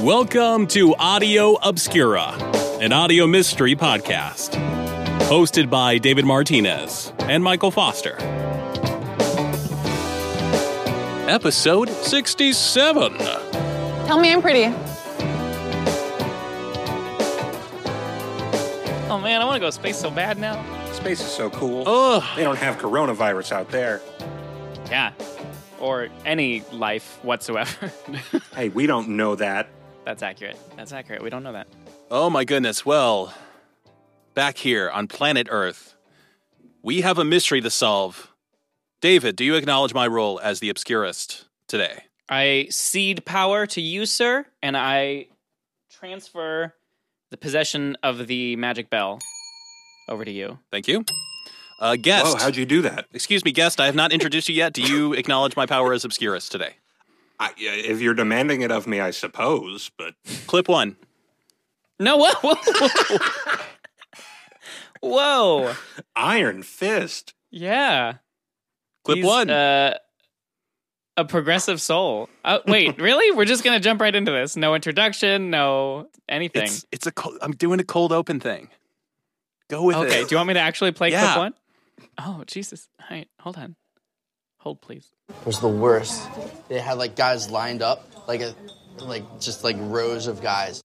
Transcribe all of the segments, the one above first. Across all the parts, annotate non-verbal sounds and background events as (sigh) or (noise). Welcome to Audio Obscura, an audio mystery podcast. Hosted by David Martinez and Michael Foster. Episode 67. Tell me I'm pretty. Oh man, I want to go to space so bad now. Space is so cool. Ugh. They don't have coronavirus out there. Yeah. Or any life whatsoever. (laughs) Hey, we don't know that. That's accurate. That's accurate. We don't know that. Oh my goodness. Well, back here on planet Earth, we have a mystery to solve. David, do you acknowledge my role as the obscurist today? I cede power to you, sir, and I transfer the possession of the magic bell over to you. Thank you. Uh, guest. Whoa, how'd you do that? Excuse me, guest. I have not introduced you yet. Do (laughs) you acknowledge my power as obscurist today? I, if you're demanding it of me, I suppose, but Clip one. No, whoa, whoa, whoa. (laughs) whoa. Iron Fist. Yeah. Clip He's, one. Uh, a progressive soul. Uh, (laughs) wait, really? We're just gonna jump right into this. No introduction. No anything. it's it's a cold, I'm doing a cold open thing. Go with okay. it. Do you want me to actually play Yeah. clip one? Oh Jesus! All right, hold on. Hold please. was the worst. They had like guys lined up, like a, like just like rows of guys.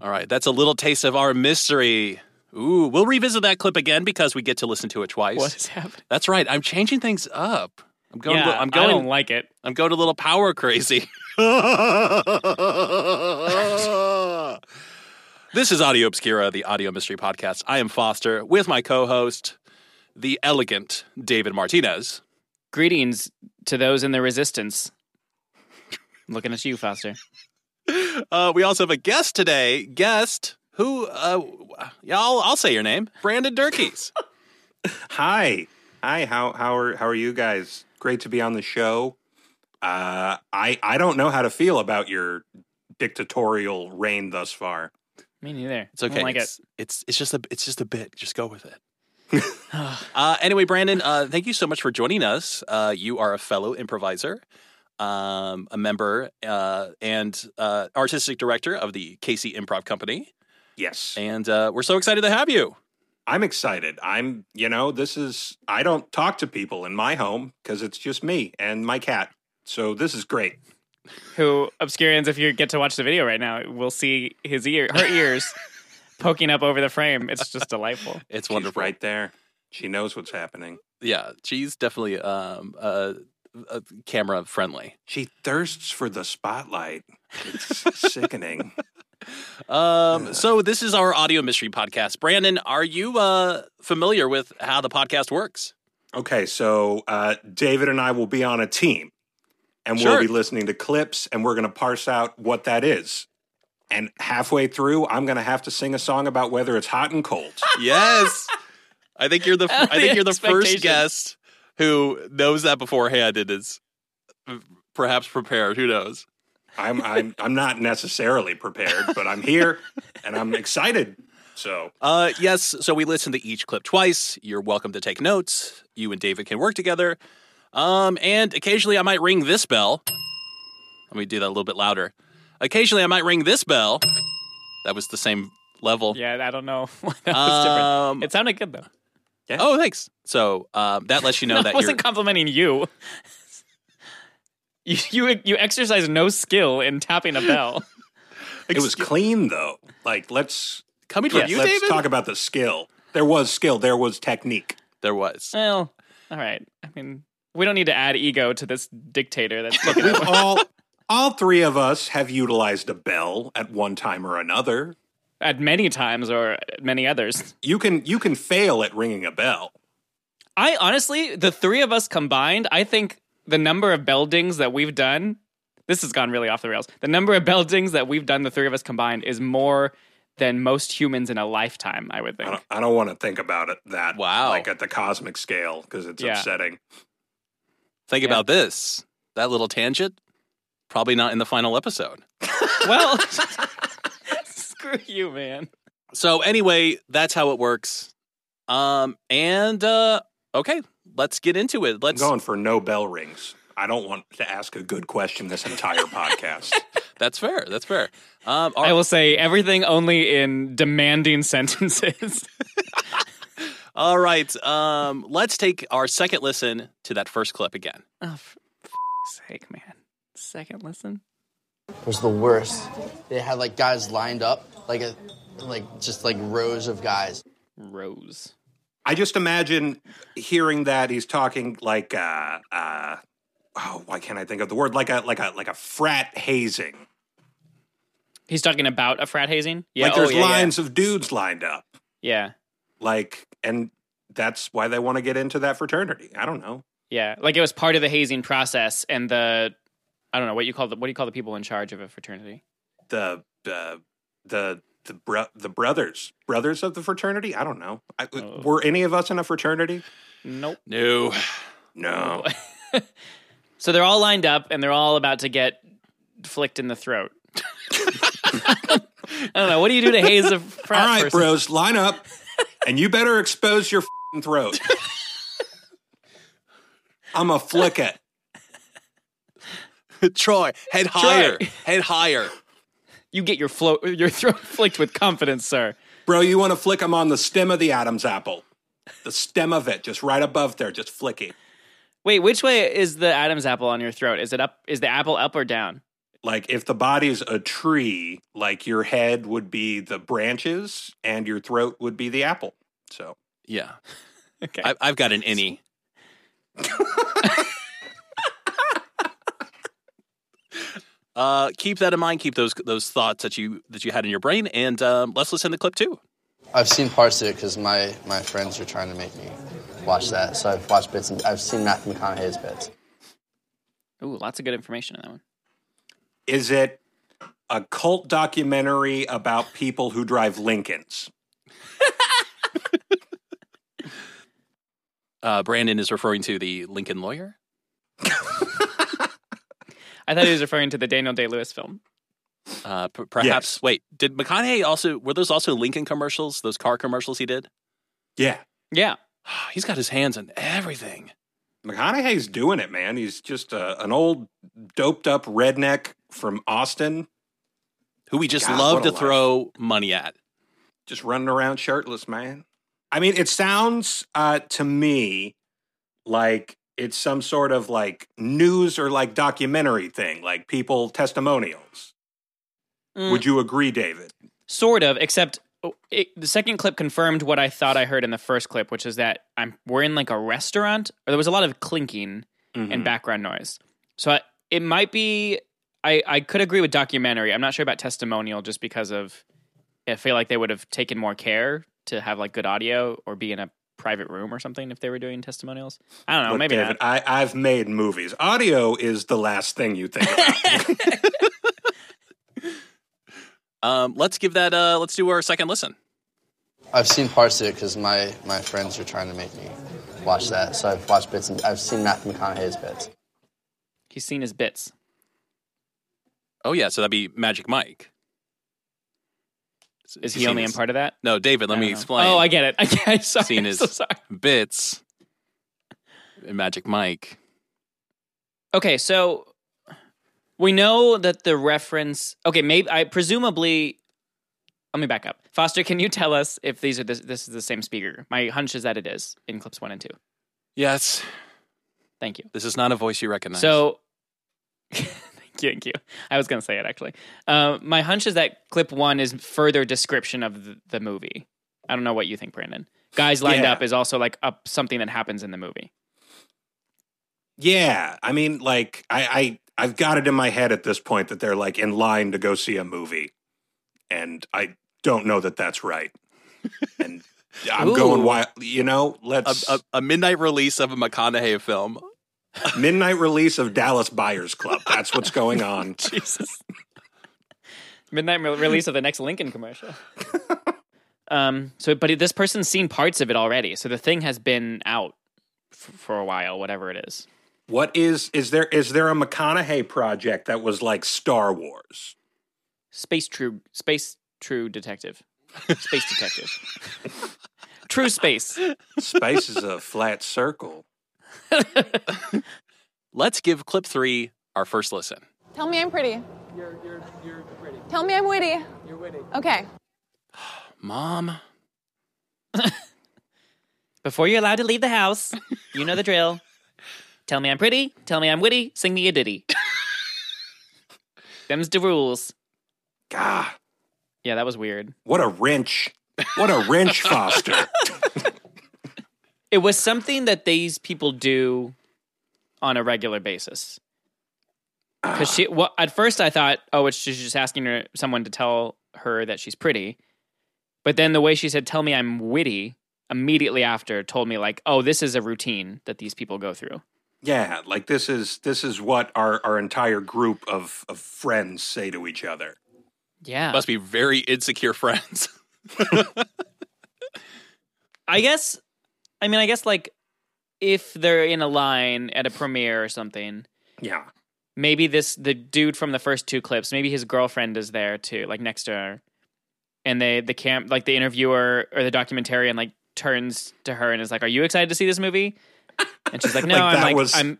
All right, that's a little taste of our mystery. Ooh, we'll revisit that clip again because we get to listen to it twice. What is happening? That's right. I'm changing things up. I'm going. yeah, I'm I don't going. like it. I'm going a little power crazy. (laughs) this is Audio Obscura, the audio mystery podcast. I am Foster with my co-host, the elegant David Martinez. Greetings to those in the resistance. Looking at you, Foster. Uh, we also have a guest today. Guest who? Uh, yeah, I'll, I'll say your name. Brandon Durkees. Hi. Hi, how how are how are you guys? Great to be on the show. Uh I I don't know how to feel about your dictatorial reign thus far. Me neither. It's okay. I don't like it. it's, it's it's just a it's just a bit. Just go with it. (sighs) (sighs) uh, anyway, Brandon, uh, thank you so much for joining us. Uh, you are a fellow improviser, um, a member, uh, and uh, artistic director of the Casey Improv Company, Yes. and uh, we're so excited to have you. I'm excited. I'm, you know, this is I don't talk to people in my home cuz it's just me and my cat. So this is great. who obscurians if you get to watch the video right now will see his ear (laughs) her ears poking up over the frame it's just delightful It's She's wonderful. right there. She knows what's happening. Yeah, she's definitely um, uh, uh, camera friendly. She thirsts for the spotlight. (laughs) It's sickening. Um, so this is our audio mystery podcast. Brandon, are you uh, familiar with how the podcast works? Okay, so uh, David and I will be on a team, and Sure. we'll be listening to clips, and we're going to parse out what that is. And halfway through, I'm going to have to sing a song about whether it's hot and (laughs) cold. Yes. I think you're the Oh, I think the you're the first expectation. guest who knows that beforehand and is uh, perhaps prepared. Who knows? I'm I'm I'm not necessarily prepared, but I'm here, and I'm excited. So Uh, yes. So we listen to each clip twice. You're welcome to take notes. You and David can work together. Um, and occasionally I might ring this bell. Let me do that a little bit louder. Occasionally I might ring this bell. That was the same level. yeah i don't know (laughs) why that was Um, different it sounded good though oh, thanks. So um, that lets you know no, i that you're wasn't complimenting you (laughs) you, you you exercise no skill in tapping a bell it was clean, though. Like let's coming from Yes. you, let's David. talk about the skill. There was skill. There was technique. there was. (laughs) well all right i mean we don't need to add ego to this dictator (laughs) that's looking We've all all three of us have utilized a bell at one time or another. at many times or many others You can you can fail at ringing a bell. I honestly, the three of us combined, I think the number of beldings that we've done, this has gone really off the rails. The number of beldings that we've done, the three of us combined, is more than most humans in a lifetime, I would I think. don't, I don't want to think about it that Wow. like at the cosmic scale because it's Yeah. upsetting. Think Yeah. about this. That little tangent, probably not in the final episode. well, (laughs) screw you, man. So anyway, that's how it works. Um, and uh, okay, let's get into it. I'm Let's. (laughs) going for no bell rings. I don't want to ask a good question this entire podcast. That's fair. That's fair. Um, all I will say everything only in demanding (laughs) sentences. All right. Um, let's take our second listen to that first clip again. oh, for f- sake, man. Second listen. was the worst. They had like guys lined up, like a, like just like rows of guys. Rose. I just imagine hearing that he's talking like uh uh oh why can't I think of the word like a like a like a frat hazing. He's talking about a frat hazing? like there's oh, yeah, lines of dudes lined up. Yeah. Like and that's why they want to get into that fraternity. I don't know. yeah. Yeah. Like it was part of the hazing process and the I don't know what you call the what do you call the people in charge of a fraternity? The uh, the the bro- the brothers brothers of the fraternity. I don't know. I, Oh. Were any of us in a fraternity? Nope. No. (laughs) No. Oh, So they're all lined up and they're all about to get flicked in the throat. (laughs) I don't know. What do you do to haze a frat All right, person? bros, line up, and you better expose your (laughs) fing throat. I'm a flick it. Troy, head higher. Head higher. You get your float your throat (laughs) flicked with confidence, sir. Bro, you want to flick them on the stem of the Adam's apple. The stem of it, just right above there, just flick it. Wait, which way is the Adam's apple on your throat? Is it up? Is the apple up or down? Like if the body's a tree, like your head would be the branches and your throat would be the apple. So (laughs) Yeah. Okay. I, I've got an innie. uh, keep that in mind. Keep those those thoughts that you that you had in your brain, and um, let's listen to clip two. I've seen parts of it because my my friends are trying to make me watch that, so I've watched bits. And, I've seen Matthew McConaughey's bits. Ooh, lots of good information in that one. is it a cult documentary about people who drive Lincolns? Uh, Brandon is referring to the Lincoln Lawyer. I thought he was referring to the Daniel Day Lewis film. Uh, p- perhaps. Wait, did McConaughey also? Were those also Lincoln commercials? Those car commercials he did. (sighs) Yeah. Yeah, He's got his hands in everything. McConaughey's doing it, man. He's just a, an old, doped up redneck from Austin, Who we just God, love what to a life. throw money at. just running around shirtless, man. I mean, it sounds uh, to me like it's some sort of like news or like documentary thing, like people testimonials. Mm. Would you agree, David? sort of. Except oh, it, the second clip confirmed what I thought I heard in the first clip, which is that I'm we're in like a restaurant, or there was a lot of clinking Mm. and background noise. So I, it might be. I I could agree with documentary. I'm not sure about testimonial, just because of I feel like they would have taken more care to have like good audio or be in a private room or something if they were doing testimonials. I don't know. Look, maybe David, not. I, I've made movies. Audio is the last thing you think. (laughs) about. Um, let's give that. Uh, let's do our second listen. I've seen parts of it because my my friends are trying to make me watch that, so I've watched bits. And, I've seen Matthew McConaughey's bits. He's seen his bits. Oh yeah, so that'd be Magic Mike. Is Seen he only in his- part of that? No, David. Let I me don't know. explain. Oh, I get it. (laughs) I get it. Sorry. Seen I'm his- so sorry. bits. And Magic Mike. Okay, so we know that the reference. Okay, maybe I presumably. Let me back up. Foster, can you tell us if these are this, this is the same speaker? My hunch is that it is in clips one and two. Yes, Thank you. this is not a voice you recognize. So, (laughs) thank you, thank you. I was going to say it actually. Uh, my hunch is that clip one is further description of the, the movie. I don't know what you think, Brandon. Guys lined Yeah. up is also like up something that happens in the movie. yeah, I mean, like I, I, I've got it in my head at this point that they're like in line to go see a movie, and I don't know that that's right. (laughs) And I'm Ooh. going wild. You know, let's a, a, a midnight release of a McConaughey film. (laughs) Midnight release of Dallas Buyers Club. That's what's (laughs) going on. Jesus. Midnight re- release of the next Lincoln commercial. um. So, but this person's seen parts of it already. So the thing has been out f- for a while, whatever it is. What is is there is there a McConaughey project that was like Star Wars? Space true, space true detective, space detective, true space. Space is a flat circle. Let's give clip three our first listen. Tell me I'm pretty. You're you're you're pretty. Tell me I'm witty. You're witty. Okay. Mom. Before you're allowed to leave the house, you know the drill. Tell me I'm pretty, tell me I'm witty, sing me a ditty. Them's the rules. God, Yeah, that was weird. what a wrench. What a wrench, Foster. It was something that these people do on a regular basis. Because she, well, at first I thought, oh, it's just, she's just asking her, someone to tell her that she's pretty. But then the way she said, "Tell me I'm witty," immediately after told me like, oh, this is a routine that these people go through. Yeah, like this is this is what our our entire group of of friends say to each other. Yeah, Must be very insecure (laughs) friends. I guess I mean I guess like if they're in a line at a premiere or something, Yeah. maybe this the dude from the first two clips, maybe his girlfriend is there too, like next to her. And they the camp like the interviewer or the documentarian like turns to her and is like, Are you excited to see this movie? And (laughs) she's like, No, Like, I'm that like was- I'm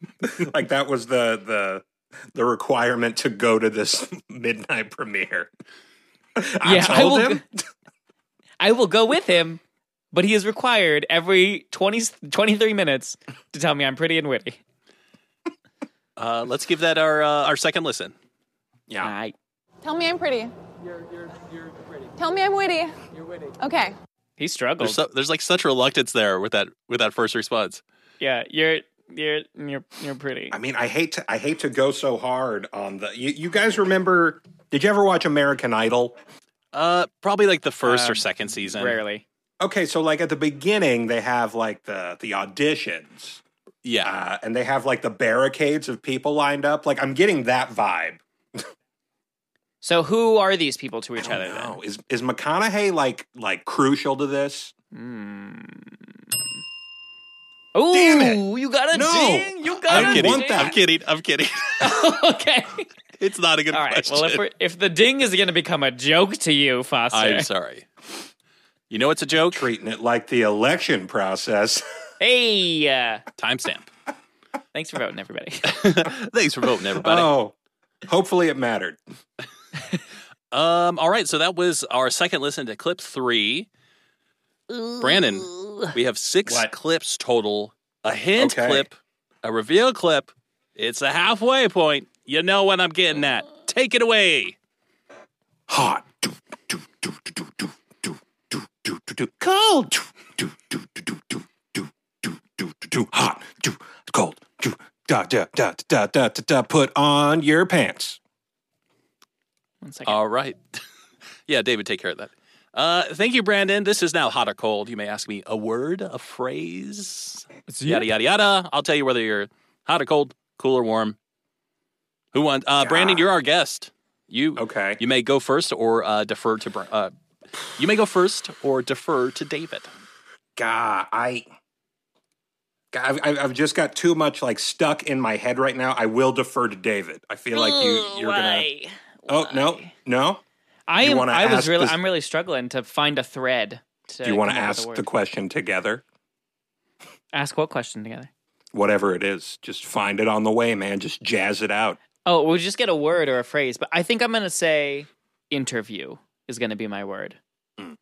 (laughs) like that was the the the requirement to go to this (laughs) midnight premiere. I Yeah, I told will him. I will go with him, but he is required every 20, 23 minutes to tell me I'm pretty and witty. Uh, let's give that our uh, our second listen. Yeah. I- Tell me I'm pretty. You're you're you're pretty. Tell me I'm witty. You're witty. Okay. he struggled. There's so, there's like such reluctance there with that with that first response. yeah, you're you're you're you're pretty. I mean, I hate to I hate to go so hard on the you, you guys remember did you ever watch American Idol? Uh, probably like the first or Um, second season. Rarely. Okay, so like at the beginning they have like the the auditions. Yeah. Uh, and they have like the barricades of people lined up. Like I'm getting that vibe. So who are these people to each I other don't know. Oh, Is is McConaughey like like crucial to this? then? Ooh, Damn it. you got a No. ding. You got I'm a kidding. want (laughs) ding. I'm that. kidding. I'm kidding. (laughs) okay. it's not a good All right. question. Well, if, we're, if the ding is going to become a joke to you, Foster. I'm sorry. You know it's a joke. Treating it like the election (laughs) process. Hey, uh, Timestamp. (laughs) thanks for voting, everybody. (laughs) Thanks for voting, everybody. Oh, hopefully it mattered. Um, all right, so that was our second listen to clip three. Brandon, we have six What? clips total. A hint Okay. clip, a reveal clip. It's a halfway point. You know what I'm getting at. Take it away. Hot. Do, do, do, do, do, do, do, do, do, do. Cold. Do, do, do, do, do, do, do, do, do, do. Hot. Do, cold. Do, da, da, da, da, da, da, da. Put on your pants. One second. All right. (laughs) yeah, David, take care of that. Uh, thank you, Brandon. This is now hot or cold. You may ask me a word, a phrase, yada yada yada. I'll tell you whether you're hot or cold, cool or warm. Who wants? Uh, Brandon, you're our guest. You Okay. You may go first or uh, defer to. Br- Uh, you may go first or defer to David. God, I. God, I've, I've I've just got too much like stuck in my head right now. I will defer to David. I feel like Uh, you you're gonna. Oh no, no. I you am. wanna I was ask really. this- I'm really struggling to find a thread. To Do you want to come up with a ask word. the question together? ask what question together? Whatever it is, just find it on the way, man. Just jazz it out. Oh, we'll just get a word or a phrase. But I think I'm going to say interview is going to be my word. Hmm.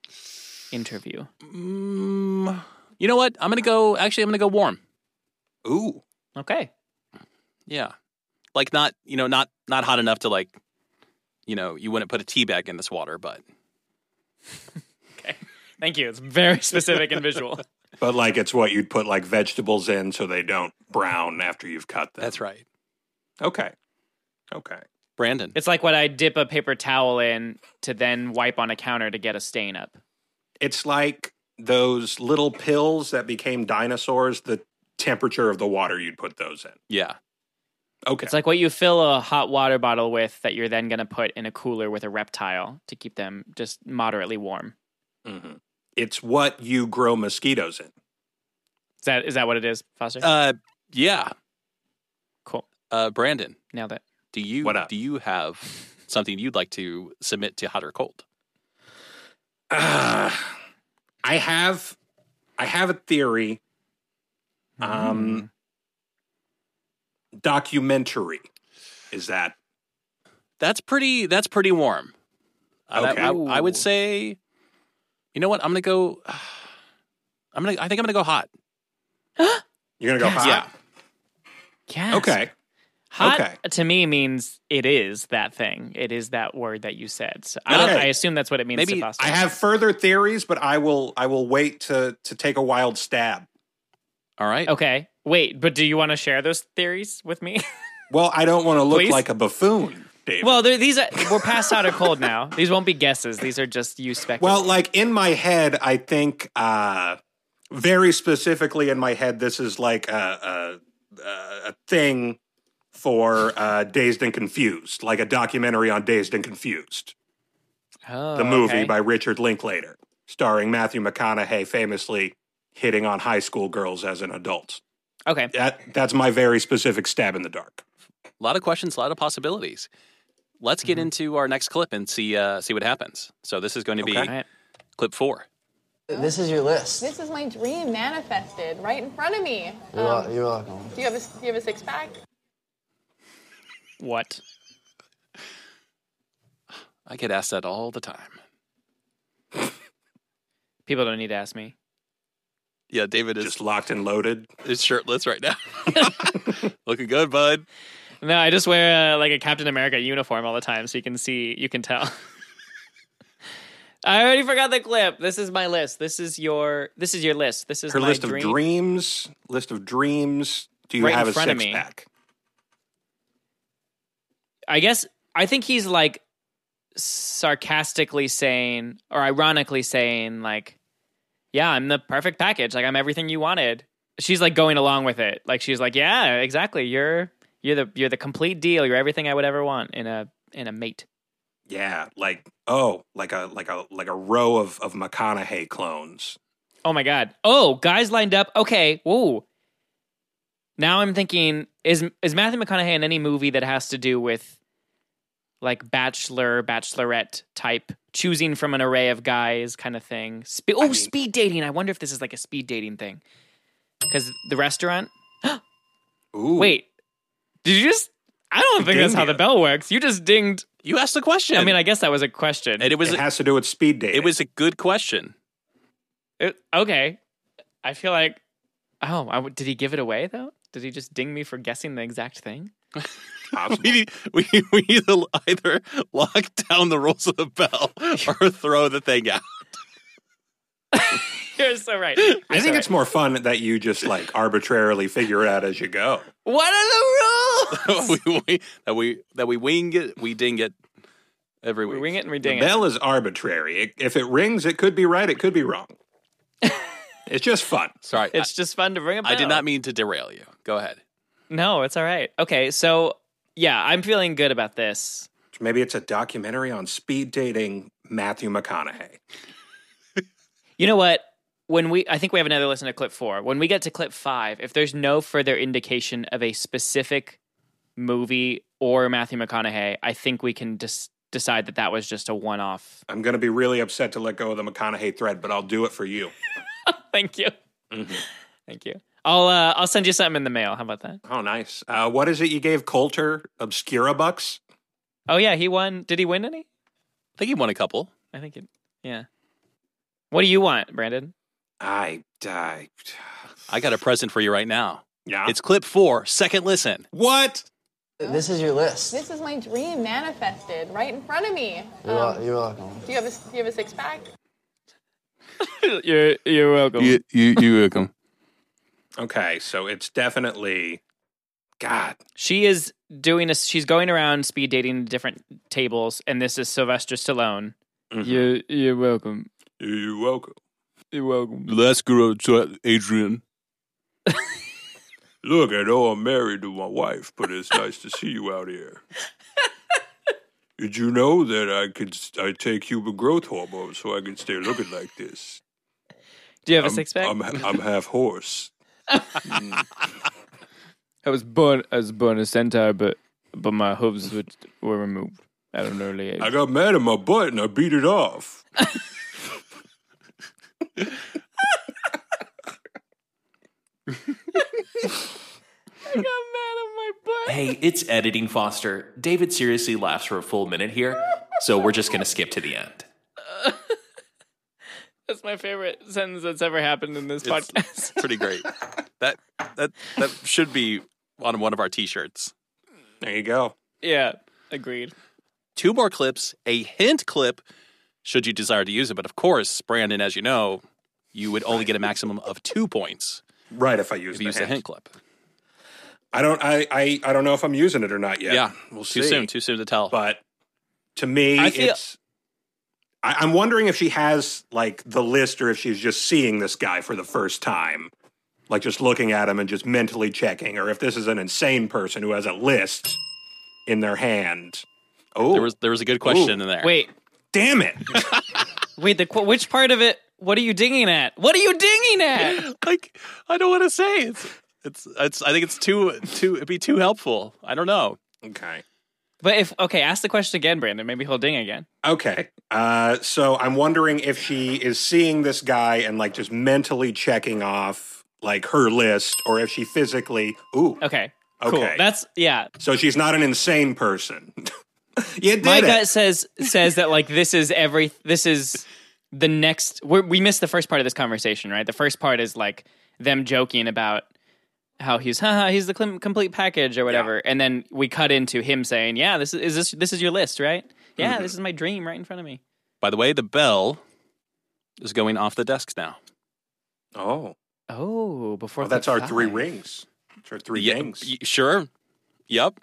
Interview. Mm, you know what? I'm gonna go. Actually, I'm gonna go warm. Ooh. Okay. Yeah, like not you know not not hot enough to like, you know, you wouldn't put a tea bag in this water, but Okay. Thank you. It's very (laughs) specific and visual. But like it's what you'd put like vegetables in so they don't brown after you've cut them. that's right. Okay. Okay. Brandon. It's like what I dip a paper towel in to then wipe on a counter to get a stain up. It's like those little pills that became dinosaurs, the temperature of the water you'd put those in. Yeah. Okay. It's like what you fill a hot water bottle with that you're then going to put in a cooler with a reptile to keep them just moderately warm. Mhm. It's what you grow mosquitoes in. Is that is that what it is, Foster? Uh, yeah. cool. Uh, Brandon, Nailed it. do you What up? do you have (laughs) something you'd like to submit to hot or cold? Uh, I have I have a theory. Um documentary. Is that That's pretty. That's pretty warm. Uh, that- Okay. I, I would say, you know what? I'm gonna go. (sighs) I'm gonna. I think I'm gonna go hot. You're gonna go hot. Yeah. Yes. Okay. Hot Okay. to me means it is that thing. It is that word that you said. So Okay. I, I assume that's what it means Maybe to Foster. I have further theories, but I will I will wait to to take a wild stab. All right. okay. Wait, but do you want to share those theories with me? (laughs) Well, I don't want to look Please? like a buffoon, Dave. well, there- these are, we're past hot or cold now. These won't be guesses. These are just you speculating. Well, like in my head, I think uh, very specifically in my head, this is like a, a, a thing for uh, Dazed and Confused, like a documentary on Dazed and Confused, Oh, the movie okay. by Richard Linklater, starring Matthew McConaughey famously hitting on high school girls as an adult. okay. That, that's my very specific stab in the dark. A lot of questions. A lot of possibilities. Let's get into our next clip and see uh, see what happens. So this is going to be Okay. All right. clip four. This is your list. This is my dream manifested right in front of me. You're, wel- you're welcome. Do you have a do you have a six pack? What? I get asked that all the time. People don't need to ask me. Yeah, David is, Just locked and loaded. is shirtless right now. (laughs) Looking good, bud. No, I just wear uh, like a Captain America uniform all the time, so you can see, you can tell. (laughs) I already forgot the clip. This is my list. This is your. This is your list. This is Her my list dream. of dreams, list of dreams. Do you Right in have a front of six me. pack? I guess I think he's like sarcastically saying or ironically saying like, "Yeah, I'm the perfect package. Like I'm everything you wanted." She's like going along with it. Like she's like, "Yeah, exactly. You're you're the you're the complete deal. You're everything I would ever want in a in a mate." Yeah, like oh, like a like a like a row of of McConaughey clones. Oh my god. Oh, guys lined up. Okay. Whoa. Now I'm thinking is is Matthew McConaughey in any movie that has to do with like bachelor, bachelorette type choosing from an array of guys kind of thing? Spe- oh, speed dating. I wonder if this is like a speed dating thing. Cuz the restaurant? Ooh, Wait. Did you just I don't think that's dinged how the you. bell works. You just dinged. You asked the question. I mean, I guess that was a question. and it was it a, has to do with speed dating. it (laughs) was a good question. It- okay. I feel like, oh, I w did he give it away though? Did he just ding me for guessing the exact thing? (laughs) We possible. need, we, we need to either lock down the rules of the bell (laughs) or throw the thing out. You're so right. I think it's more fun that you just like arbitrarily figure it out as you go. What are the (laughs) rules? we, we, that we that we wing it, we ding it every we week. wing it and we The ding it. bell is arbitrary. It, if it rings, it could be right. It could be wrong. it's just fun. Sorry, It's just fun to ring a bell. I, I did not mean to derail you. Go ahead. No, it's all right. Okay, so yeah, I'm feeling good about this. Maybe it's a documentary on speed dating Matthew McConaughey. You know what? When we, I think we have another listen to clip four. When we get to clip five, if there's no further indication of a specific movie or Matthew McConaughey, I think we can just decide that that was just a one-off I'm going to be really upset to let go of the McConaughey thread, but I'll do it for you. (laughs) Thank you. Thank you. I'll uh, I'll send you something in the mail. How about that? Oh, nice. Uh, what is it you gave Coulter? Obscura bucks? Oh yeah, he won. Did he win any? I think you won a couple. I think it. Yeah. What do you want, Brandon? I died. I got a present for you right now. Yeah. It's clip four, second listen. what? This is your list. This is my dream manifested right in front of me. Um, You're, wel- you're welcome. Do you have a do you have a six pack? You're you're welcome. you you welcome. Okay, so it's definitely God. She is doing a. She's going around speed dating different tables, and this is Sylvester Stallone. You you're welcome. You're welcome. You're welcome. Last girl, (laughs) Adrian. Look, I know I'm married to my wife, but it's nice to see you out here. Did you know that I could I take human growth hormone so I can stay looking like this? Do you have a six pack? (laughs) I'm half horse. I was born I was born a centaur, but but my hooves were, were removed at an early age. got mad at my butt and I beat it off. I got mad at my butt. Hey, it's editing, Foster. David seriously laughs for a full minute here, so we're just going to skip to the end. That's my favorite sentence that's ever happened in this It's- podcast. (laughs) Pretty great. that that that should be on one of our t-shirts. There you go. yeah, agreed. two more clips, a hint clip, should you desire to use it. But of course, Brandon, as you know, you would only get a maximum of two points Right, if I use if you the use the hint. hint clip. I don't. I, I. I don't know if I'm using it or not yet. we'll too see. soon, too soon to tell. But to me, I feel- it's. I, I'm wondering if she has like the list or if she's just seeing this guy for the first time, like just looking at him and just mentally checking, or if this is an insane person who has a list in their hand. Oh, there was there was a good question in there. Wait, damn it! wait. The qu- which part of it? What are you dinging at? What are you dinging at? like I don't want to say it's it's it's I think it's too too it'd be too helpful. I don't know. (laughs) okay. (laughs) but if okay, ask the question again, Brandon. Maybe he'll ding again. Okay. Uh, so I'm wondering if she is seeing this guy and like just mentally checking off like her list or if she physically. Ooh. Okay, cool. Okay. That's yeah. So she's not an insane person. (laughs) you did My it. gut says says that like this is every this is the next we're, we missed the first part of this conversation right the first part is like them joking about how he's haha he's the clim- complete package or whatever and then we cut into him saying yeah this is, is this this is your list right yeah Mm-hmm. this is my dream right in front of me By the way, the bell is going off the desk now. Oh, oh before well, that's our click three five. rings. That's our three Yeah, rings. y- sure. Yep.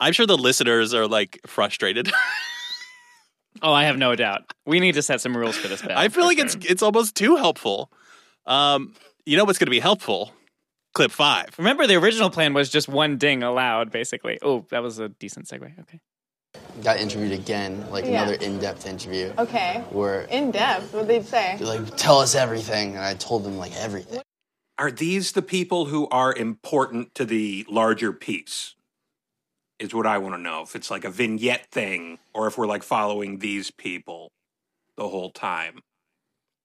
I'm sure the listeners are like frustrated. (laughs) oh I have no doubt we need to set some rules for (laughs) this bet I feel like (laughs) it's it's almost too helpful. Um, you know what's going to be helpful? Clip five. remember the original plan was just one ding allowed basically oh that was a decent segue okay Got interviewed again, like Yeah. another in-depth interview. Okay. Where In depth, what they'd say. they're like, tell us everything, and I told them like everything. Are these the people who are important to the larger piece? Is what I want to know. If it's like a vignette thing or if we're like following these people the whole time.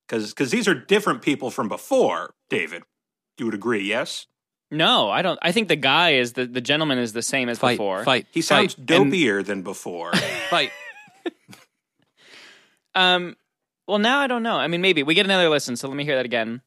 Because these are different people from before, David. You would agree, yes? No, I don't. I think the guy is the the gentleman is the same as before. fight, He sounds dopier than before. fight. Um. Well, now I don't know. I mean, maybe we get another listen. So let me hear that again.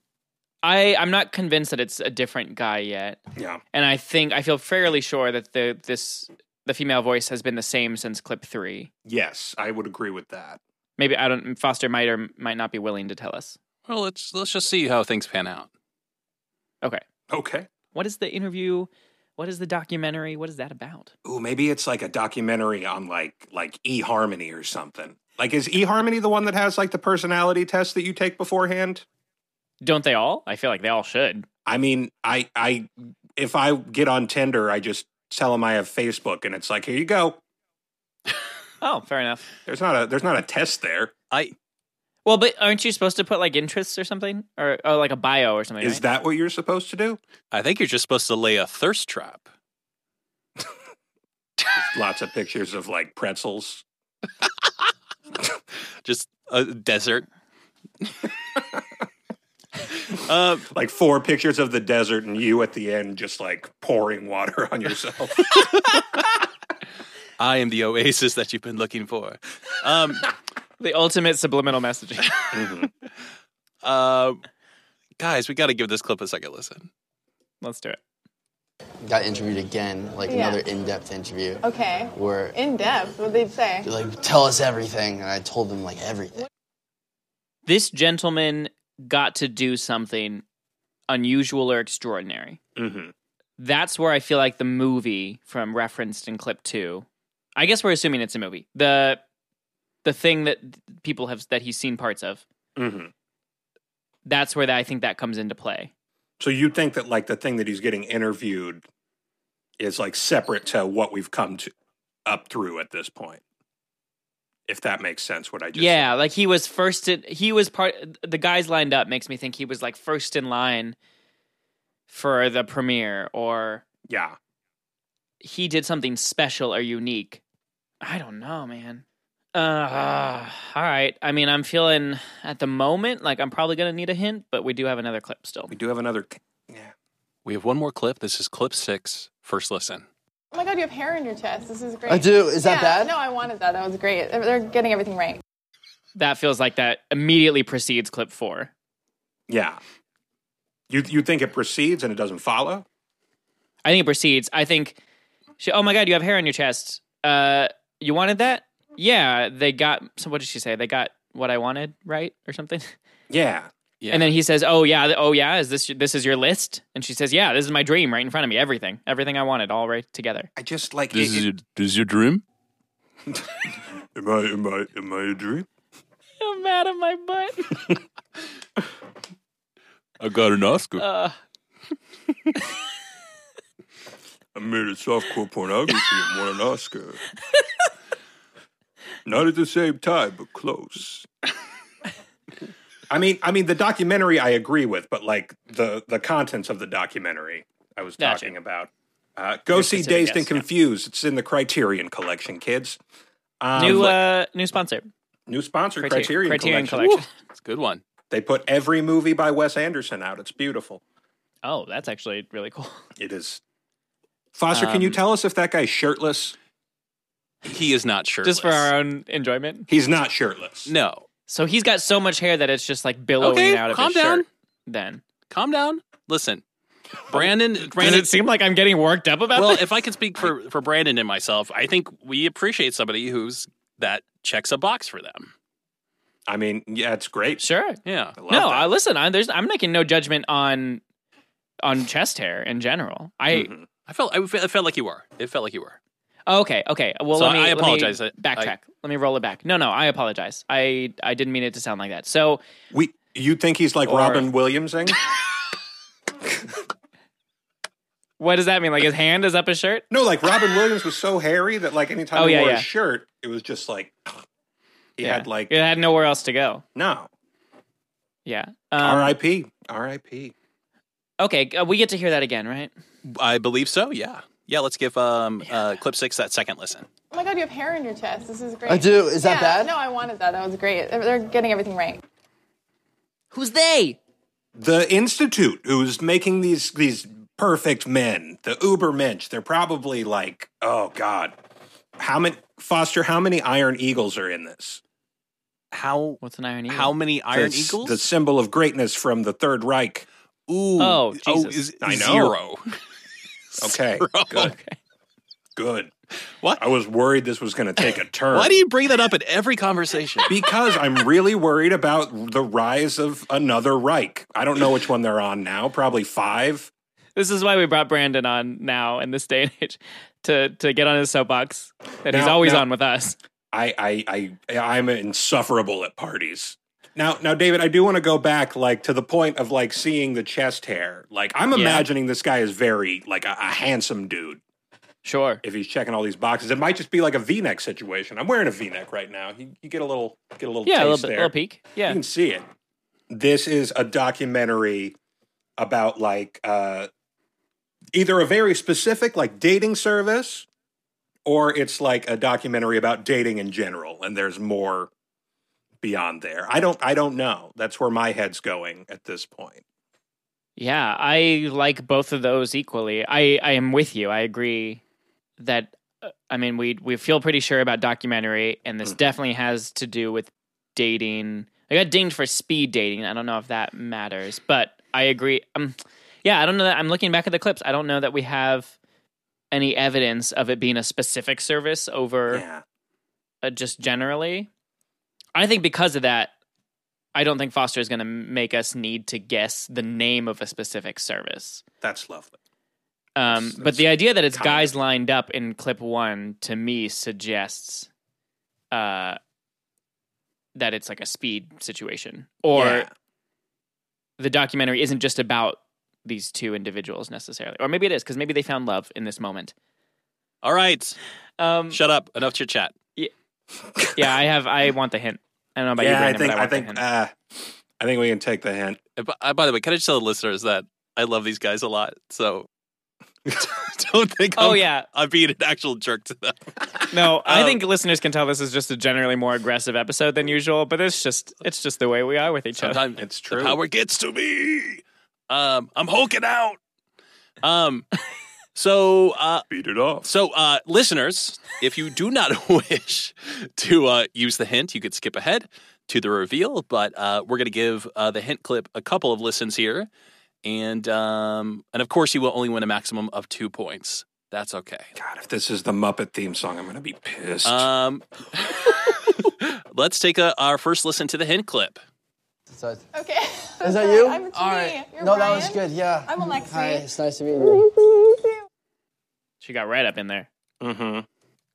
I I'm not convinced that it's a different guy yet, yeah. and I think I feel fairly sure that the this the female voice has been the same since clip three. Yes, I would agree with that. Maybe I don't. Foster might or might not be willing to tell us. Well, let's let's just see how things pan out. Okay. Okay. What is the interview? What is the documentary? What is that about? Ooh, maybe it's like a documentary on like like eHarmony or something. Like is eHarmony the one that has like the personality test that you take beforehand? Don't they all? I feel like they all should. I mean, I I if I get on Tinder, I just tell them I have Facebook and it's like, here you go. Oh, fair enough. There's not a there's not a test there. I Well, but aren't you supposed to put like interests or something, or, or like a bio or something? Is right? that what you're supposed to do? I think you're just supposed to lay a thirst trap. Lots of pictures of like pretzels. Just a desert. uh, Like four pictures of the desert and you at the end just like pouring water (laughs) on yourself. I am the oasis that you've been looking for. Um, The ultimate subliminal messaging. (laughs) Mhm. uh, guys, we got to give this clip a second listen. Let's do it. Got interviewed again, like Yeah. another in-depth interview. Okay. Where In depth, what they'd say. they're like, tell us everything, and I told them like everything. This gentleman got to do something unusual or extraordinary. Mhm. That's where I feel like the movie from referenced in clip two. I guess we're assuming it's a movie. The the thing that people have that he's seen parts of. Mm-hmm. Mhm. That's where that, I think that comes into play. So you think that like the thing that he's getting interviewed is like separate to what we've come to up through at this point. If that makes sense, what I just yeah, like he was first. In, he was part. The guys lined up makes me think he was like first in line for the premiere or yeah. he did something special or unique. I don't know, man. Uh, all right. I mean, I'm feeling at the moment like I'm probably going to need a hint, but we do have another clip still. We do have another We have one more clip. This is clip six. First listen. Oh my god, you have hair on your chest. This is great. I do. Is that Yeah, bad? No, I wanted that. That was great. They're getting everything right. That feels like that immediately precedes clip four. Yeah. You you think it proceeds and it doesn't follow? I think it proceeds. I think, she, oh my God, you have hair on your chest. Uh, you wanted that? Yeah, they got, so what did she say? They got what I wanted, right? Or something? (laughs) Yeah. Yeah. And then he says, "Oh yeah, th- oh yeah, is this this is your list?" And she says, "Yeah, this is my dream right in front of me. Everything, everything I wanted, all right together." I just like This is it, your, this is your dream? am I am I am I a dream? I'm out of my (laughs) butt. I got an Oscar. Uh, (laughs) I made a softcore pornography and won an (laughs) Oscar. Not at the same time, but close. I mean, I mean, the documentary I agree with, but like the the contents of the documentary I was Gotcha. talking about. Uh, go see specific Dazed and guess, yeah. Confused. It's in the Criterion Collection, kids. Um, new uh, new sponsor, new sponsor, Criter- Criterion, Criterion Collection. Collection. It's a good one. They put every movie by Wes Anderson out. It's beautiful. Oh, that's actually really cool. It is. Foster, can you Um, tell us if that guy's shirtless? He is not shirtless. Just for our own enjoyment. He's not shirtless. No. So he's got so much hair that it's just like billowing Okay, out of calm his down. shirt. Then Calm down. (laughs) Listen. Brandon does Brandon it seem like I'm getting worked up about Well, this? if I could speak (laughs) for for Brandon and myself, I think we appreciate somebody who's that checks a box for them. I mean, yeah, it's great. sure. Yeah. I love No, that. I, listen, I, there's, I'm making no judgment on on chest hair in general. I Mhm. I felt I felt, I felt like you were. It felt like you were. Oh, okay, okay. Well, So let me, I let me apologize. I- backtrack. I- let me roll it back. No, no, I apologize. I I didn't mean it to sound like that. So we you think he's like Or- Robin Williamsing? what does that mean? Like his hand is up his shirt? (laughs) no, like Robin Williams was so hairy that like anytime Oh, he yeah, wore yeah. a shirt, it was just like (sniffs) he had like it had nowhere else to go. no. Yeah. Um, R.I.P. R.I.P. Okay, uh, we get to hear that again, right? I believe so. Yeah. Yeah. Let's give um uh, clip six that second listen. Oh my god, you have hair on your chest. This is great. I do. Is yeah, that bad? No, I wanted that. That was great. They're getting everything right. Who's they? The institute who's making these these perfect men, the Uber Mensch. They're probably like, oh God, how many Foster? How many Iron Eagles are in this? How What's an Iron Eagle? (laughs) how many Iron The s- Eagles? the symbol of greatness from the Third Reich. Ooh. Oh, Jesus. is- I know. Zero. (laughs) Okay, good, good. What? I was worried this was going (laughs) to take a turn. Why do you bring (laughs) that up in every conversation? because I'm really worried about the rise of another Reich. I don't know which one they're on now. Probably five. This is why we brought Brandon on now in this day and (laughs) age to to get on his soapbox that he's Now- always now- on with us. I, I, I, I'm insufferable at parties. Now, now, David, I do want to go back, like to the point of like seeing the chest hair. Like I'm imagining this guy is very like a, a handsome dude. Sure. If he's checking all these boxes, it might just be like a V-neck situation. I'm wearing a V-neck right now. You, you get a little, get a little, Yeah, a taste little bit, there. little peek. You Yeah. can see it. This is a documentary about like uh either a very specific like dating service or it's like a documentary about dating in general and there's more beyond there. I don't I don't know. That's where my head's going at this point. Yeah, I like both of those equally. I, I am with you. I agree that uh, I mean we we feel pretty sure about documentary, and this Mhm. definitely has to do with dating. I got dinged for speed dating. I don't know if that matters, but I agree. Um, yeah, I don't know that. I'm looking back at the clips. I don't know that we have any evidence of it being a specific service over Yeah. uh, just generally. I think because of that, I don't think Foster is going to make us need to guess the name of a specific service. That's lovely. Um, That's- but that's the idea that it's kind. guys lined up in clip one to me suggests uh, that it's like a speed situation, or Yeah. the documentary isn't just about these two individuals necessarily, or maybe it is because maybe they found love in this moment. All right. Um, Shut up. Enough chit chat. yeah, I have. I want the hint. I don't know about you, yeah, I Brandon, think but I I, want the think hint. uh I think we can take the hint. Uh, b- uh, By the way, can I just tell the listeners that I love these guys a lot? So (laughs) don't think oh I'm, yeah, I'm being an actual jerk to them. (laughs) No, I Um, think listeners can tell this is just a generally more aggressive episode than usual, but it's just it's just the way we are with each other. Sometimes It's true. The (laughs) power gets to me. Um, I'm hulking out. Um, So, uh, Beat it off. so uh, listeners, if you do not (laughs) wish to uh, use the hint, you could skip ahead to the reveal. But uh, we're going to give uh, the hint clip a couple of listens here, and um, and of course, you will only win a maximum of two points. That's okay. God, if this is the Muppet theme song, I'm going to be pissed. Um, (laughs) let's take a, our first listen to the hint clip. So, is Okay. that (laughs) you? I'm it's All me. right. You're no, that was Brian. good. Yeah. I'm Alexi. Hi, it's nice to meet you. She got right up in there. Mm-hmm.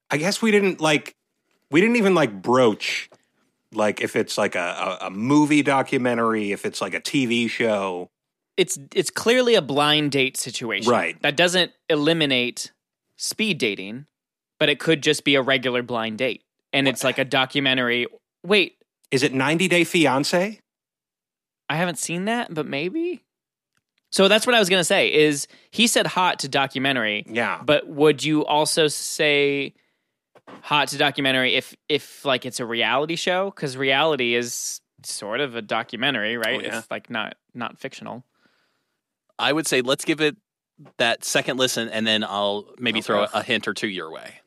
I guess we didn't like we didn't even like broach like if it's like a, a, a movie documentary, if it's like a TV show. It's it's clearly a blind date situation. Right. That doesn't eliminate speed dating, but it could just be a regular blind date. And it's like a documentary. Wait, Is it 90 Day Fiance? I haven't seen that, but maybe. So that's what I was going to say is he said hot to documentary. Yeah. But would you also say hot to documentary if if like it's a reality show? Because reality is sort of a documentary, right? yeah. It's like not not fictional. I would say let's give it that second listen, and then I'll maybe throw a, a hint or two your way.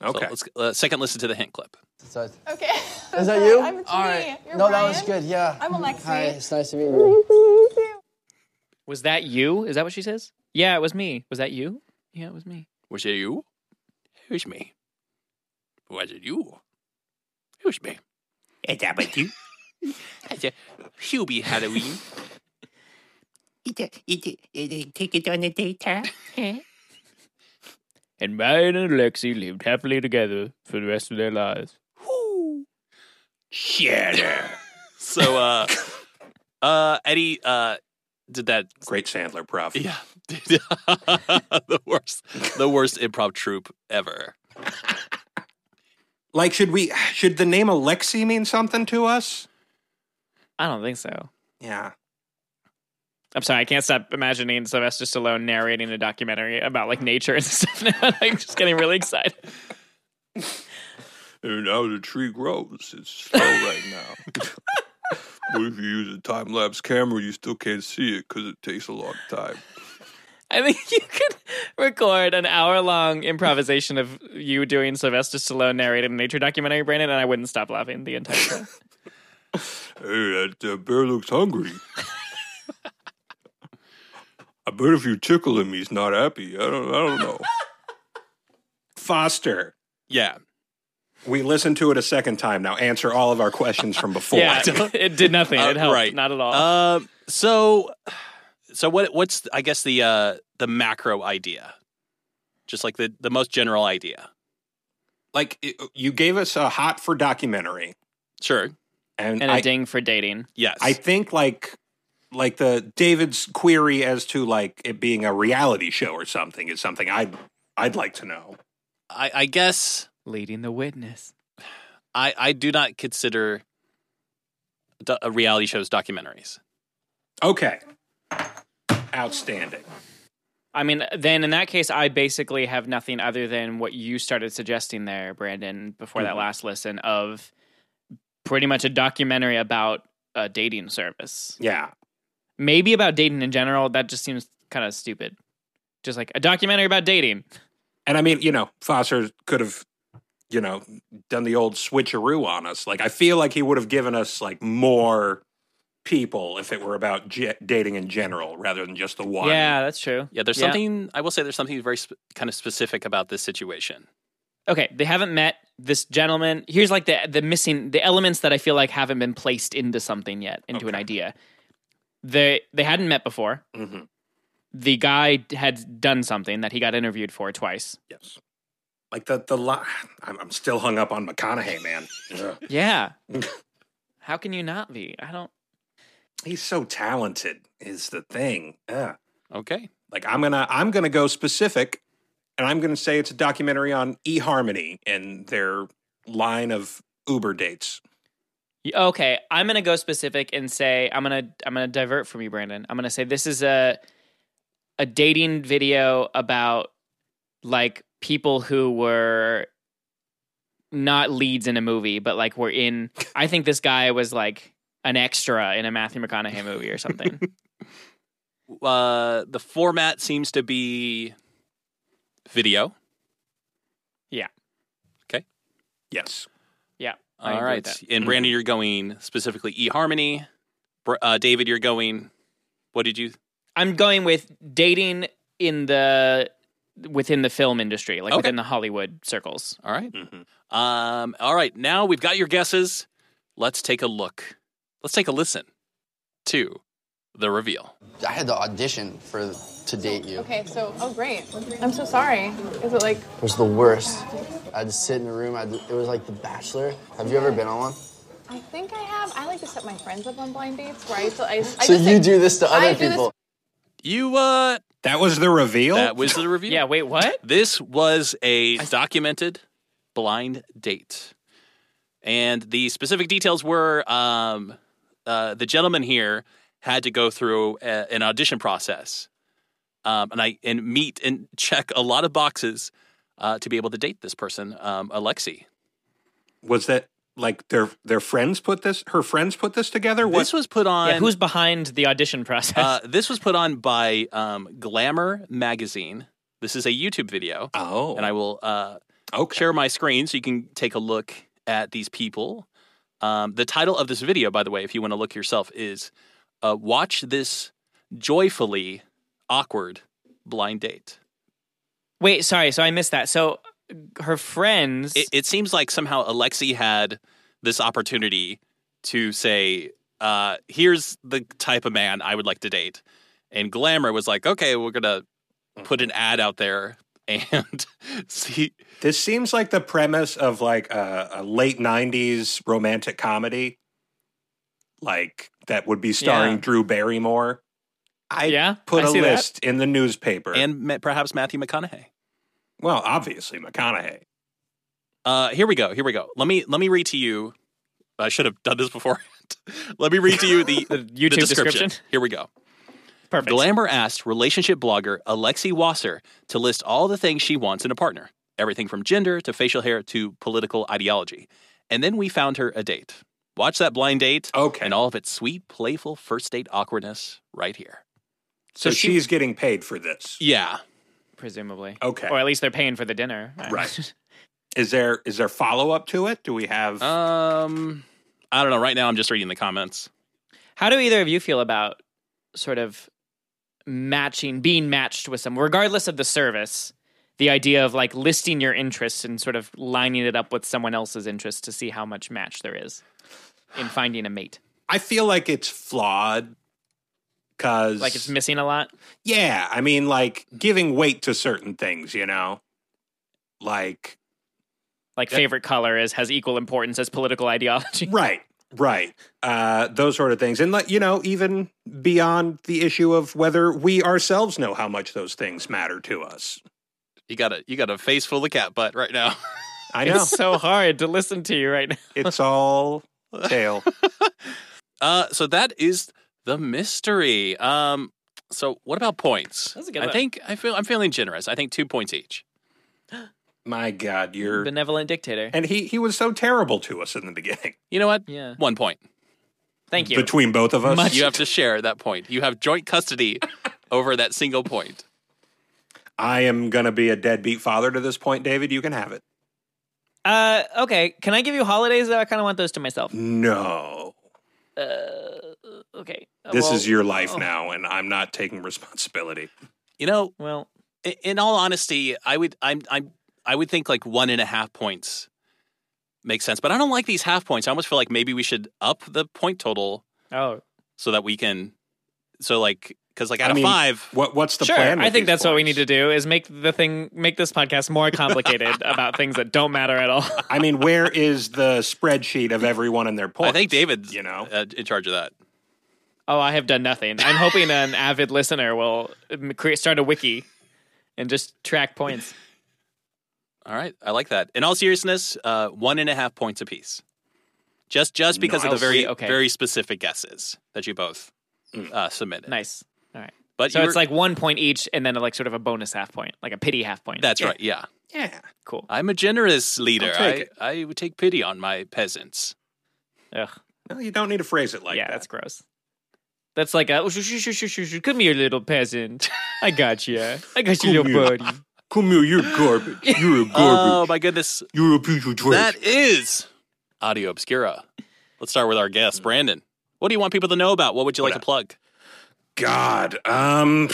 So Okay. let's uh, second listen to the hint clip. So, is Okay. (laughs) that you? I'm it's All me. right. You're No, Brian. that was good. Yeah. I'm Alexi. Hi, it's nice to meet you. Was that you? Is that what she says? Yeah, it was me. Was that you? Yeah, it was me. Was it you? It was me. Was it you? It was me. Is that what you? It's a Hubie Halloween. And Ryan and Alexi lived happily together for the rest of their lives. (laughs) so, uh, uh, Eddie, uh, did that? Great Sandler prof. Yeah, (laughs) the worst, the worst improv troupe ever. Like should we should the name Alexi mean something to us? I don't think so. Yeah. I'm sorry, I can't stop imagining Sylvester Stallone narrating a documentary about like nature and (laughs) stuff. Now I'm just getting really excited. And now the tree grows. It's slow right now. but if you use a time lapse camera, you still can't see it because it takes a long time. I think (laughs) you could record an hour long improvisation of you doing Sylvester Stallone narrated a nature documentary, Brandon, and I wouldn't stop laughing the entire time. Hey, that uh, bear looks hungry. I bet if you tickle him, he's not happy. I don't. I don't know. Foster, Yeah, we listened to it a second time. Now answer all of our questions from (laughs) before. yeah, it did nothing. Uh, it helped. right. Not at all. Um. So, so what? What's I guess the uh the macro idea, just like the the most general idea. (laughs) Like it- you gave us a hot for documentary, Sure. and, and a I, ding for dating. Yes. I think like like the David's query as to like it being a reality show or something is something I'd I'd like to know. I, I guess Leading the witness. I I do not consider do- uh, reality shows documentaries. Okay, outstanding. I mean, then in that case, I basically have nothing other than what you started suggesting there, Brandon, before that last listen of pretty much a documentary about a dating service. Yeah. Maybe about dating in general. That just seems kind of stupid. Just like a documentary about dating. And I mean, you know, Foster could have, you know, done the old switcheroo on us. Like, I feel like he would have given us like more people if it were about ge- dating in general rather than just the one. Yeah, that's true. Yeah. There's Yeah. something I will say. There's something very sp- kind of specific about this situation. Okay, they haven't met this gentleman. Here's like the the missing the elements that I feel like haven't been placed into something yet, into an Okay. idea. They they hadn't met before. hmm The guy had done something that he got interviewed for twice. Yes. Like the the li (sighs) I'm, I'm still hung up on McConaughey, man. Ugh. Yeah. How can you not be? I don't. He's so talented, is the thing. Ugh. Okay. Like, I'm gonna I'm gonna go specific, and I'm gonna say it's a documentary on eHarmony and their line of Uber dates. Okay, I'm gonna go specific and say I'm gonna I'm gonna divert from you, Brandon. I'm gonna say this is a a dating video about like people who were not leads in a movie, but like were in. I think this guy was like an extra in a Matthew (laughs) McConaughey movie or something. Uh, the format seems to be video. Yes. Yeah. I All agree right. with that. And Brandon, you're going specifically eHarmony. Br- Uh, David, you're going. What did you? I'm going with dating in the within the film industry, like Okay. within the Hollywood circles. All right. Mhm. Um, all right. Now we've got your guesses. Let's take a look. Let's take a listen to the reveal. I had to audition for to date you. Okay, so oh great. I'm so sorry. Is it like It was the worst. I had to sit in a room. I had to- it was like The Bachelor. Have you ever been on one? I think I have. I like to set my friends up on blind dates where I, so I, I so just, you like- do this to I other do this- people. You uh, That was the reveal. that was (laughs) the reveal. Oh. Yeah. Wait. (laughs) What? This was a documented blind date. And the specific details were um, uh, the gentleman here had to go through a, an audition process um, and, I, and meet and check a lot of boxes uh, to be able to date this person, um, Alexi. was that like their their friends put this her friends put this together? What This was put on. Yeah, who's behind the audition process? uh, this was put on by um, Glamour Magazine. This is a YouTube video, Oh. and I will uh, okay. share my screen so you can take a look at these people. Um, the title of this video, by the way, if you want to look yourself, is uh, Watch This Joyfully Awkward Blind Date. wait. Sorry. So I missed that. So her friends. It, it seems like somehow Alexi had this opportunity to say, uh, Here's the type of man I would like to date. And Glamour was like, Okay, we're going to put an ad out there and (laughs) see. This seems like the premise of like a, a late '90s romantic comedy, like that would be starring Yeah. Drew Barrymore. I yeah. put I a see that. list in the newspaper, And ma- perhaps Matthew McConaughey. well, obviously McConaughey. Uh, here we go. Here we go. Let me let me read to you. I should have done this before. (laughs) let me read to you the, the (laughs) YouTube description. Here we go. Perfect. Glamour asked relationship blogger Alexi Wasser to list all the things she wants in a partner, everything from gender to facial hair to political ideology. And then we found her a date. Watch that blind date Okay. and all of its sweet, playful first date awkwardness right here. So, So she- she's getting paid for this. Yeah. Oh, Presumably. Okay. Or at least they're paying for the dinner. Right. Is there is there follow up to it? Do we have? Uh, Um, I don't know. Right now, I'm just reading the comments. (laughs) How do either of you feel about sort of matching, being matched with someone, regardless of the service? The idea of like listing your interests and sort of lining it up with someone else's interests to see how much match there is in finding a mate. I feel like it's flawed because Like it's missing a lot. Yeah, I mean, like giving weight to certain things, you know, like Like favorite color is has equal importance as political ideology. right, right, uh, those sort of things, and like you know, even beyond the issue of whether we ourselves know how much those things matter to us. You got a you got a face full of cat butt right now. (laughs) I (laughs) know It's so hard to listen to you right now. (laughs) it's all tail. Uh, so that is the mystery. Um, so what about points? That's a good I one. think I feel I'm feeling generous. I think two points each. My God, you're Benevolent dictator. and he he was so terrible to us in the beginning. You know what? Yeah. Oh, One point. Thank you. Between both of us, You have to share that point. You have joint (laughs) custody over that single point. I am gonna be a deadbeat father to this point, David. You can have it. Uh, okay. Can I give you holidays though? I kind of want those to myself. No, Okay. Uh, this well- is your life oh. now, and I'm not taking responsibility. You know, Well, i- in all honesty, I would I'm I'm I would think like one and a half points makes sense. But I don't like these half points. I almost feel like maybe we should up the point total oh, so that we can so like because like out I of mean, five What what's the sure. plan? I with think these that's what we need points? to do is make the thing, make this podcast more (laughs) complicated about things that don't matter at all. (laughs) I mean, where is the spreadsheet of everyone and their points? I think David's You know, uh, in charge of that. Oh, I have done nothing. I'm hoping an avid listener will um, create, start a wiki and just track points. All right, I like that. In all seriousness, uh, one and a half points apiece, just just because of the Nice. very Okay. Mm. very specific guesses that you both uh, submitted. Nice. All right. But So you it's were- like one point each, and then like sort of a bonus half point, like a pity half point. that's right. Yeah, yeah. cool. I'm a generous leader. I'll I take I would take pity on my peasants. Ugh. No, you don't need to phrase it like yeah, that. that's gross. That's (laughs) like a shh, shh, shh, shh, shh, shh, come here, little peasant. I got you. I got you, Come little buddy. Come here, you're garbage. You're a garbage. Oh my goodness. you're a piece of trash. That is Audio Obscura. Let's start with our Mm. guest, Brandon. What do you want people to know about? What would you like to plug? God. Um,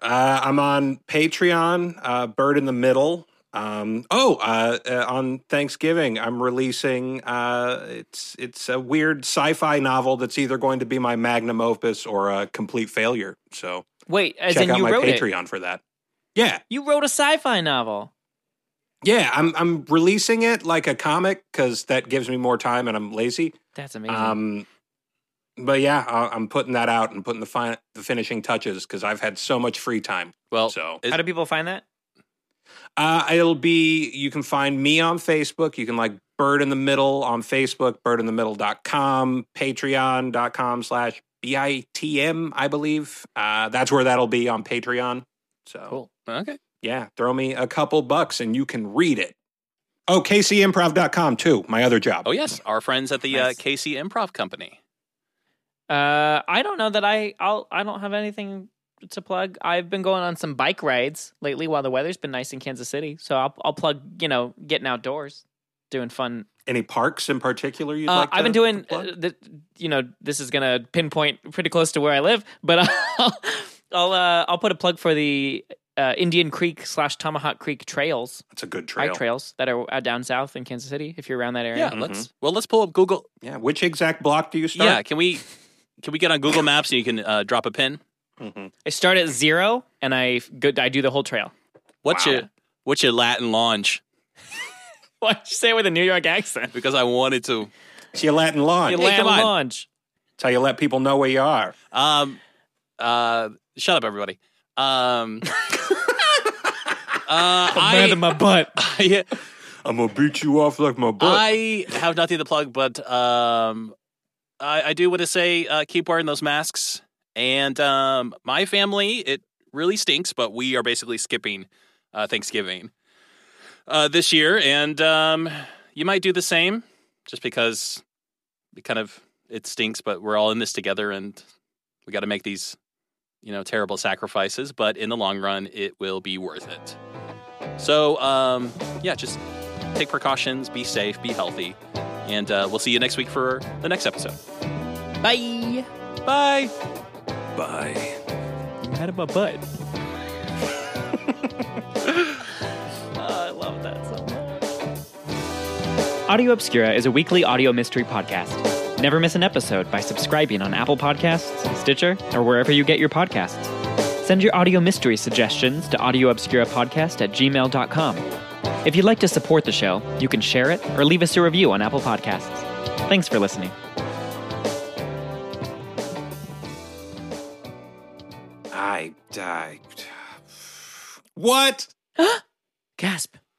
uh, I'm on Patreon, uh, Bird in the Middle. Um, oh, uh, uh, on Thanksgiving, I'm releasing. Uh, it's it's a weird sci-fi novel that's either going to be my magnum opus or a complete failure. So Wait, as check in out you my wrote it. Patreon for that. Yeah, You wrote a sci-fi novel. yeah. I'm I'm releasing it like a comic because that gives me more time, and I'm lazy. That's amazing. Um, but yeah, I, I'm putting that out and putting the fin- the finishing touches because I've had so much free time. Well, So is- How do people find that? Uh, it'll be, you can find me on Facebook. You can like Bird in the Middle on Facebook, birdinthemiddle.com, patreon.com slash B-I-T-M, I believe. Uh, that's where that'll be on Patreon. So okay. yeah, throw me a couple bucks and you can read it. Oh, kcimprov.com too, my other job. Oh yes, our friends at the Nice. uh, KC Improv Company. Uh, I don't know that I I'll I don't have anything to plug. I've been going on some bike rides lately while the weather's been nice in Kansas City, so I'll I'll plug you know getting outdoors, doing fun. Any parks in particular you'd Uh, like to I've been doing plug? uh, the, you know this is gonna pinpoint pretty close to where I live, but (laughs) I'll I'll, uh, I'll put a plug for the uh, Indian Creek slash Tomahawk Creek trails, That's a good bike trails that are out down south in Kansas City. If you're around that area, Yeah, let's well let's pull up Google. Yeah, which exact block do you start? Yeah, can we can we get on Google Maps and you can uh, drop a pin? I start at zero and I f- go, I do the whole trail. What's your what's your Latin launch? Why'd you say it with a New York accent? Because I wanted to. It's your Latin lawn. You Hey, land come on. launch. It's how you let people know where you are. Um, uh, shut up, everybody. (laughs) Um, uh, I, my butt. (laughs) I I'm gonna beat you off like my butt. I have nothing to plug, but um, I, I do want to say uh, keep wearing those masks. And um, my family, it really stinks, but we are basically skipping uh, Thanksgiving uh, this year, and um, you might do the same, just because it kind of it stinks, but we're all in this together, and we got to make these you know terrible sacrifices, but in the long run, it will be worth it. So um, yeah, just take precautions, be safe, be healthy, and uh, we'll see you next week for the next episode. Bye. Bye. Bye. Out of my butt. Oh, I love that so much. Audio Obscura is a weekly audio mystery podcast. Never miss an episode by subscribing on Apple Podcasts, Stitcher, or wherever you get your podcasts. Send your audio mystery suggestions to audioobscurapodcast at gmail.com. If you'd like to support the show, you can share it or leave us a review on Apple Podcasts. Thanks for listening. I (sighs) died. What? Gasp.